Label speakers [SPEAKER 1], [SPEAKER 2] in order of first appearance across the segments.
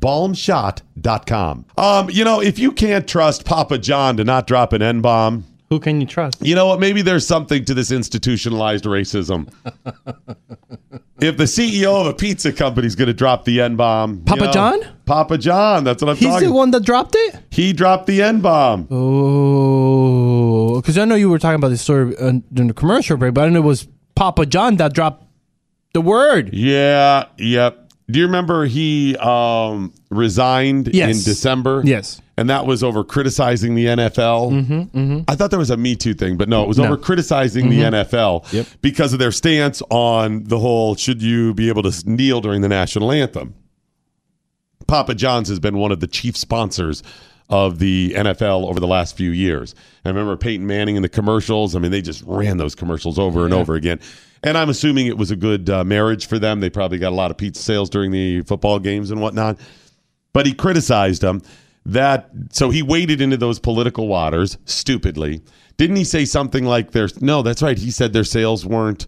[SPEAKER 1] balmshot.com. Um, you know, if you can't trust Papa John to not drop an N bomb.
[SPEAKER 2] Who can you trust?
[SPEAKER 1] You know what? Maybe there's something to this institutionalized racism. if the CEO of a pizza company is going to drop the N bomb,
[SPEAKER 2] Papa John?
[SPEAKER 1] Papa John. That's what I'm
[SPEAKER 2] He's
[SPEAKER 1] talking.
[SPEAKER 2] the one that dropped it?
[SPEAKER 1] He dropped the N bomb.
[SPEAKER 2] Oh, because I know you were talking about this story uh, during the commercial break, but I didn't know it was Papa John that dropped the word.
[SPEAKER 1] Yeah. Yep. Do you remember he um, resigned
[SPEAKER 2] Yes.
[SPEAKER 1] in December?
[SPEAKER 2] Yes.
[SPEAKER 1] And that was over criticizing the NFL. Mm-hmm, I thought there was a Me Too thing, but no, Mm-hmm. it was over criticizing the NFL
[SPEAKER 2] Yep.
[SPEAKER 1] because of their stance on the whole should you be able to s- kneel during the national anthem? Papa John's has been one of the chief sponsors of the NFL over the last few years. I remember Peyton Manning in the commercials. I mean, they just ran those commercials over and over again. And I'm assuming it was a good uh, marriage for them. They probably got a lot of pizza sales during the football games and whatnot. But he criticized them that so he waded into those political waters stupidly. Didn't he say something like there's no, that's right. He said their sales weren't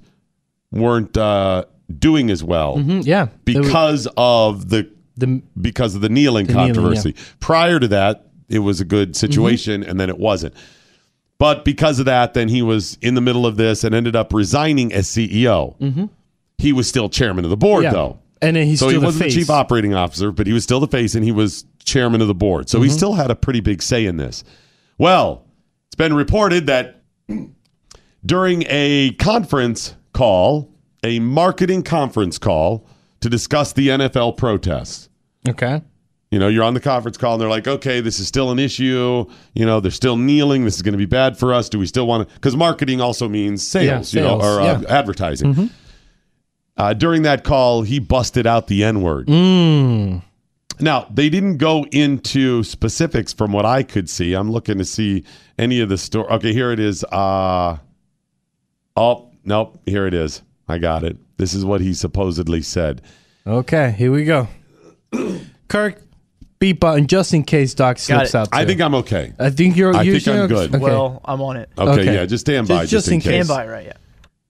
[SPEAKER 1] weren't uh, doing as well
[SPEAKER 2] Hmm, yeah. They were-
[SPEAKER 1] Mm, because of the
[SPEAKER 2] the,
[SPEAKER 1] because of the kneeling
[SPEAKER 2] kneeling, Mm-hmm.
[SPEAKER 1] controversy. Prior to that, it was a good situation, and then it wasn't. But because of that, then he was in the middle of this and ended up resigning as CEO. He was still chairman of the board,
[SPEAKER 2] Mm-hmm. yeah.
[SPEAKER 1] though.
[SPEAKER 2] And then he's
[SPEAKER 1] so
[SPEAKER 2] still
[SPEAKER 1] he
[SPEAKER 2] the
[SPEAKER 1] wasn't
[SPEAKER 2] face.
[SPEAKER 1] the chief operating officer, but he was still the face, and he was chairman of the board. So he
[SPEAKER 2] Mm-hmm.
[SPEAKER 1] still had a pretty big say in this. Well, it's been reported that during a conference call, a marketing conference call to discuss the NFL protests.
[SPEAKER 2] Okay.
[SPEAKER 1] You know, you're on the conference call and they're like, okay, this is still an issue. You know, they're still kneeling. This is going to be bad for us. Do we still want to? Because marketing also means sales,
[SPEAKER 2] Yeah, Mm-hmm.
[SPEAKER 1] you know,
[SPEAKER 2] sales,
[SPEAKER 1] or uh, advertising. Uh, during that call, he busted out the N word.
[SPEAKER 2] Mm.
[SPEAKER 1] Now, they didn't go into specifics from what I could see. I'm looking to see any of the story. Okay, here it is. Uh, oh, nope. Here it is. I got it. This is what he supposedly said.
[SPEAKER 2] Okay, here we go. Kirk, beat button just in case Doc slips
[SPEAKER 3] it.
[SPEAKER 2] out.
[SPEAKER 1] I
[SPEAKER 2] too.
[SPEAKER 1] think I'm okay.
[SPEAKER 2] I think you're.
[SPEAKER 1] I
[SPEAKER 2] you're
[SPEAKER 1] think I'm good.
[SPEAKER 2] Okay.
[SPEAKER 3] Well, I'm on it.
[SPEAKER 1] Okay,
[SPEAKER 2] Okay.
[SPEAKER 1] yeah, just stand by
[SPEAKER 2] Just-
[SPEAKER 1] just,
[SPEAKER 2] just
[SPEAKER 1] in,
[SPEAKER 2] in
[SPEAKER 1] case.
[SPEAKER 2] case.
[SPEAKER 3] Stand by, right? Yeah.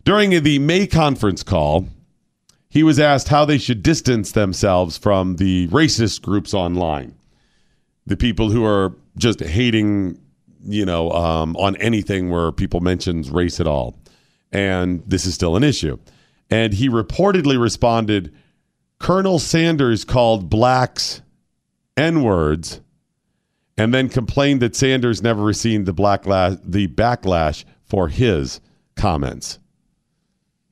[SPEAKER 1] During the May conference call, he was asked how they should distance themselves from the racist groups online, the people who are just hating, you know, um, on anything where people mentions race at all, and this is still an issue. And he reportedly responded, "Colonel Sanders called blacks n words." and then complained that Sanders never received the black la- the backlash for his comments.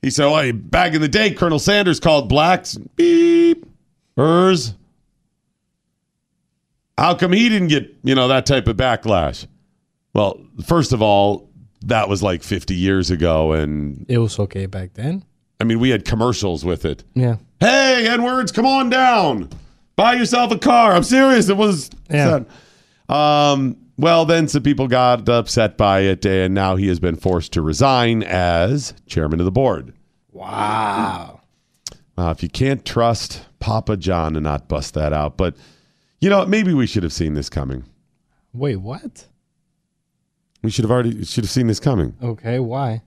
[SPEAKER 1] He said, "Well, back in the day, Colonel Sanders called blacks beep ers. How come he didn't get you know that type of backlash?" Well, first of all, that was like 50 years ago, and
[SPEAKER 2] it was okay back then.
[SPEAKER 1] I mean we had commercials with it.
[SPEAKER 2] Yeah.
[SPEAKER 1] Hey, N words, come on down. Buy yourself a car. I'm serious. It was.
[SPEAKER 2] Yeah.
[SPEAKER 1] Um, well, then some people got upset by it, and now he has been forced to resign as chairman of the board.
[SPEAKER 2] Wow.
[SPEAKER 1] Uh, if you can't trust Papa John to not bust that out, but you know, maybe we should have seen this coming.
[SPEAKER 2] Wait, what?
[SPEAKER 1] We should have already should have seen this coming.
[SPEAKER 2] Okay, why?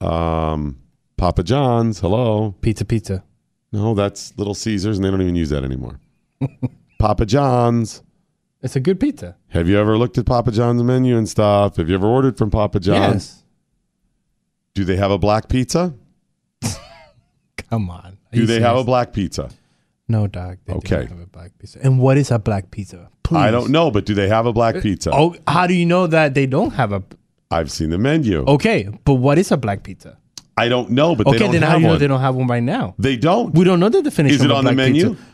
[SPEAKER 1] Um, Papa John's, hello.
[SPEAKER 2] Pizza, pizza.
[SPEAKER 1] No, that's Little Caesars, and they don't even use that anymore. Papa John's.
[SPEAKER 2] It's a good pizza.
[SPEAKER 1] Have you ever looked at Papa John's menu and stuff? Have you ever ordered from Papa John's?
[SPEAKER 2] Yes.
[SPEAKER 1] Do they have a black pizza?
[SPEAKER 2] Come on. Are
[SPEAKER 1] Do
[SPEAKER 2] you
[SPEAKER 1] they have a
[SPEAKER 2] serious?
[SPEAKER 1] black pizza?
[SPEAKER 2] No, Doc. They do
[SPEAKER 1] Okay.
[SPEAKER 2] not have a black pizza. And what is a black pizza? Please.
[SPEAKER 1] I don't know, but do they have a black pizza?
[SPEAKER 2] Oh, how do you know that they don't have a?
[SPEAKER 1] I've seen the menu.
[SPEAKER 2] Okay, but what is a black pizza?
[SPEAKER 1] I don't know, but
[SPEAKER 2] Oh. Okay,
[SPEAKER 1] they don't
[SPEAKER 2] then how
[SPEAKER 1] have
[SPEAKER 2] do you know
[SPEAKER 1] one.
[SPEAKER 2] they don't have one right now?
[SPEAKER 1] They don't.
[SPEAKER 2] We don't know the definition.
[SPEAKER 1] Is it
[SPEAKER 2] of a
[SPEAKER 1] on the
[SPEAKER 2] black
[SPEAKER 1] menu?
[SPEAKER 2] pizza.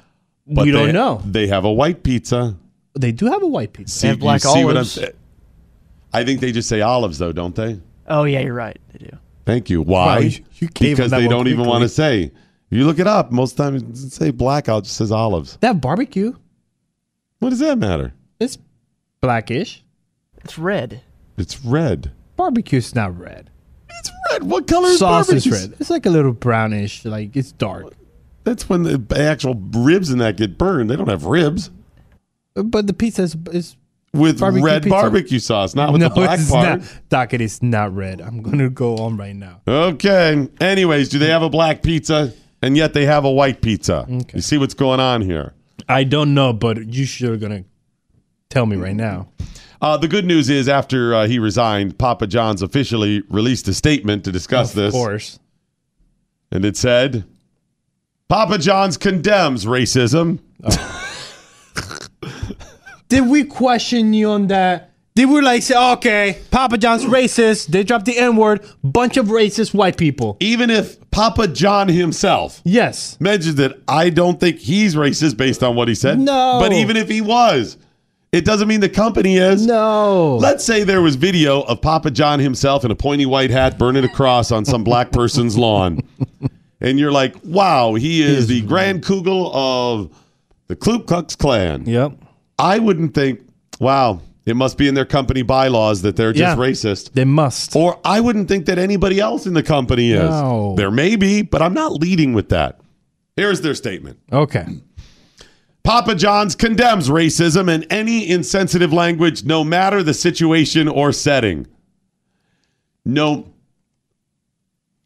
[SPEAKER 1] But
[SPEAKER 2] we don't
[SPEAKER 1] they-
[SPEAKER 2] know.
[SPEAKER 1] They have a white pizza.
[SPEAKER 2] They do have a white pizza.
[SPEAKER 1] See,
[SPEAKER 3] have black
[SPEAKER 1] you see what I'm
[SPEAKER 3] olives.
[SPEAKER 1] saying? I think they just say olives, though, don't they?
[SPEAKER 3] Oh yeah, you're right. They do.
[SPEAKER 1] Thank you. Why?
[SPEAKER 2] Wow, you- you gave him
[SPEAKER 1] because
[SPEAKER 2] that
[SPEAKER 1] they
[SPEAKER 2] one
[SPEAKER 1] don't even
[SPEAKER 2] quickly.
[SPEAKER 1] want to say. If you look it up, most times it doesn't say blackout, it just says olives.
[SPEAKER 2] That barbecue
[SPEAKER 1] What does that matter?
[SPEAKER 2] is blackish.
[SPEAKER 3] It's red.
[SPEAKER 1] It's red.
[SPEAKER 2] Barbecue's not red.
[SPEAKER 1] It's red. What color is
[SPEAKER 2] Sauce is
[SPEAKER 1] barbecue's?
[SPEAKER 2] red. It's like a little brownish, like it's dark.
[SPEAKER 1] That's when the actual ribs in that get burned. They don't have ribs
[SPEAKER 2] But the pizza is, is
[SPEAKER 1] with
[SPEAKER 2] Barbecue
[SPEAKER 1] red
[SPEAKER 2] pizza.
[SPEAKER 1] barbecue sauce, not with the black
[SPEAKER 2] it's
[SPEAKER 1] part.
[SPEAKER 2] not. Doc, it is not red. I'm gonna go on right now.
[SPEAKER 1] Okay. Anyways, do they have a black pizza and yet they have a white pizza? You see what's going on here.
[SPEAKER 2] I don't know, but you sure are gonna tell me right now.
[SPEAKER 1] Uh, the good news is, after uh, he resigned, Papa John's officially released a statement to discuss
[SPEAKER 2] Of
[SPEAKER 1] this.
[SPEAKER 2] course.
[SPEAKER 1] And it said, Papa John's condemns racism.
[SPEAKER 2] Did we question you on that? Did we like say, okay, Papa John's racist? They dropped the N word. Bunch of racist white people.
[SPEAKER 1] Even if Papa John himself
[SPEAKER 2] Yes.
[SPEAKER 1] mentioned that I don't think he's racist based on what he said.
[SPEAKER 2] No.
[SPEAKER 1] But even if he was, it doesn't mean the company is.
[SPEAKER 2] No.
[SPEAKER 1] Let's say there was video of Papa John himself in a pointy white hat burning a cross on some black person's lawn. And you're like, wow, he is the Grand Kugel of the Ku Klux Klan.
[SPEAKER 2] Yep.
[SPEAKER 1] I wouldn't think, wow, it must be in their company bylaws that they're just
[SPEAKER 2] Yeah.
[SPEAKER 1] racist.
[SPEAKER 2] They must.
[SPEAKER 1] Or I wouldn't think that anybody else in the company is.
[SPEAKER 2] No.
[SPEAKER 1] There may be, but I'm not leading with that. Here's their statement.
[SPEAKER 2] Okay.
[SPEAKER 1] Papa John's condemns racism and any insensitive language, no matter the situation or setting. No.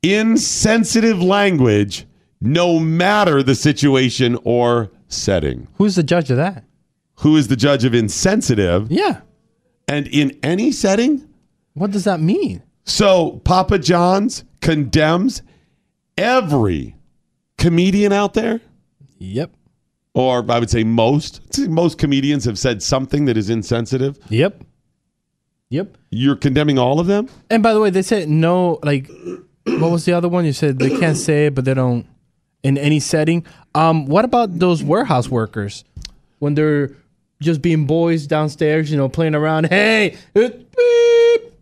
[SPEAKER 1] Insensitive language, no matter the situation or setting.
[SPEAKER 2] Who's the judge of that?
[SPEAKER 1] Who is the judge of insensitive
[SPEAKER 2] Yeah.
[SPEAKER 1] and in any setting?
[SPEAKER 2] What does that mean?
[SPEAKER 1] So Papa John's condemns every comedian out there.
[SPEAKER 2] Yep.
[SPEAKER 1] or I would say most most comedians have said something that is insensitive.
[SPEAKER 2] Yep. Yep.
[SPEAKER 1] You're condemning all of them.
[SPEAKER 2] And by the way, they said no. Like, what was the other one? You said they can't say it, but they don't in any setting. Um, what about those warehouse workers when they're just being boys downstairs? You know, playing around. Hey, it, beep.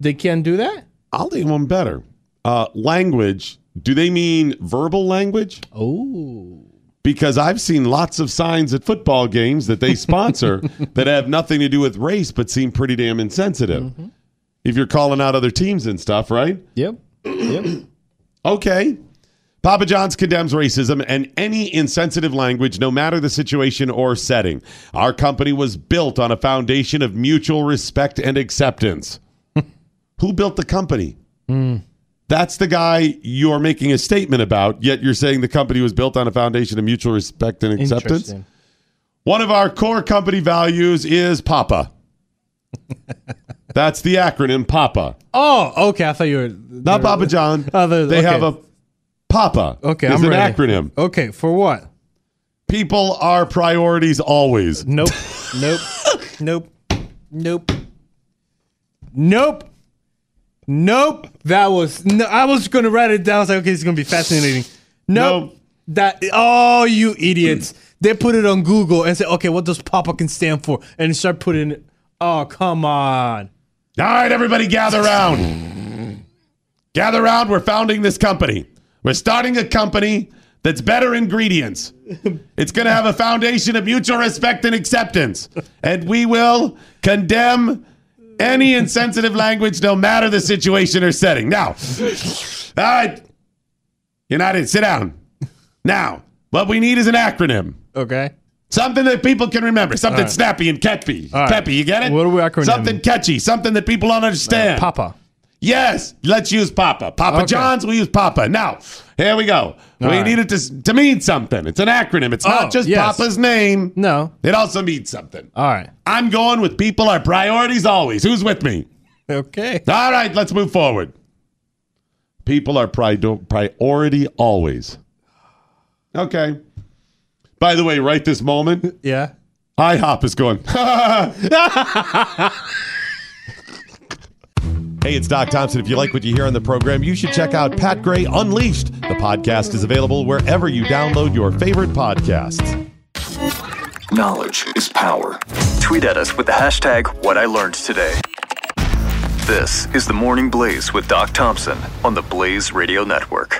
[SPEAKER 2] They can't do that.
[SPEAKER 1] I'll do one better. Uh, language. Do they mean verbal language?
[SPEAKER 2] Oh,
[SPEAKER 1] Because I've seen lots of signs at football games that they sponsor that have nothing to do with race, but seem pretty damn insensitive. If you're calling out other teams and stuff, right?
[SPEAKER 2] yep, yep.
[SPEAKER 1] Okay. Papa John's condemns racism and any insensitive language, no matter the situation or setting. Our company was built on a foundation of mutual respect and acceptance. Who built the company? That's the guy you're making a statement about, yet you're saying the company was built on a foundation of mutual respect and acceptance.
[SPEAKER 2] Interesting.
[SPEAKER 1] One of our core company values is Papa. That's the acronym Papa.
[SPEAKER 2] Oh, okay. I thought you were
[SPEAKER 1] Not Papa John.
[SPEAKER 2] Oh, the-
[SPEAKER 1] they
[SPEAKER 2] okay.
[SPEAKER 1] have a Papa.
[SPEAKER 2] Okay,
[SPEAKER 1] is
[SPEAKER 2] I'm
[SPEAKER 1] an
[SPEAKER 2] ready.
[SPEAKER 1] acronym.
[SPEAKER 2] Okay, for what?
[SPEAKER 1] People are priorities always.
[SPEAKER 2] Nope, nope, nope, nope, nope, nope. That was no. I was gonna write it down. I was like, okay, it's gonna be fascinating. Nope.
[SPEAKER 1] Nope.
[SPEAKER 2] That oh, you idiots! they put it on Google and said, okay, what does Papa can stand for? And start putting it. Oh, come on.
[SPEAKER 1] All right, everybody, gather round. gather round. We're founding this company. We're starting a company that's better ingredients. It's going to have a foundation of mutual respect and acceptance, and we will condemn any insensitive language, no matter the situation or setting. Now, all right, United, sit down. Now, what we need is an acronym.
[SPEAKER 2] Okay.
[SPEAKER 1] Something that people can remember. Something snappy and catchy.
[SPEAKER 2] right.
[SPEAKER 1] Peppy, you get it?
[SPEAKER 2] What are we acronym?
[SPEAKER 1] Something catchy. Something that people don't understand.
[SPEAKER 2] Papa.
[SPEAKER 1] Yes, let's use Papa. Papa
[SPEAKER 2] Okay.
[SPEAKER 1] John's, we use Papa. Now, here we go. we
[SPEAKER 2] right.
[SPEAKER 1] need it to, to mean something. It's an acronym. It's
[SPEAKER 2] Oh,
[SPEAKER 1] not just
[SPEAKER 2] yes.
[SPEAKER 1] Papa's name.
[SPEAKER 2] No.
[SPEAKER 1] It also means something.
[SPEAKER 2] All right.
[SPEAKER 1] I'm going with people are priorities always. Who's with me?
[SPEAKER 2] Okay.
[SPEAKER 1] All right, let's move forward. People are pri- priority always. Okay. By the way, right this moment,
[SPEAKER 2] Yeah.
[SPEAKER 1] IHOP is going. hey, it's Doc Thompson. If you like what you hear on the program, you should check out Pat Gray Unleashed. The podcast is available wherever you download your favorite podcasts.
[SPEAKER 4] Knowledge is power. Tweet at us with the hashtag What I Learned Today. This is the Morning Blaze with Doc Thompson on the Blaze Radio Network.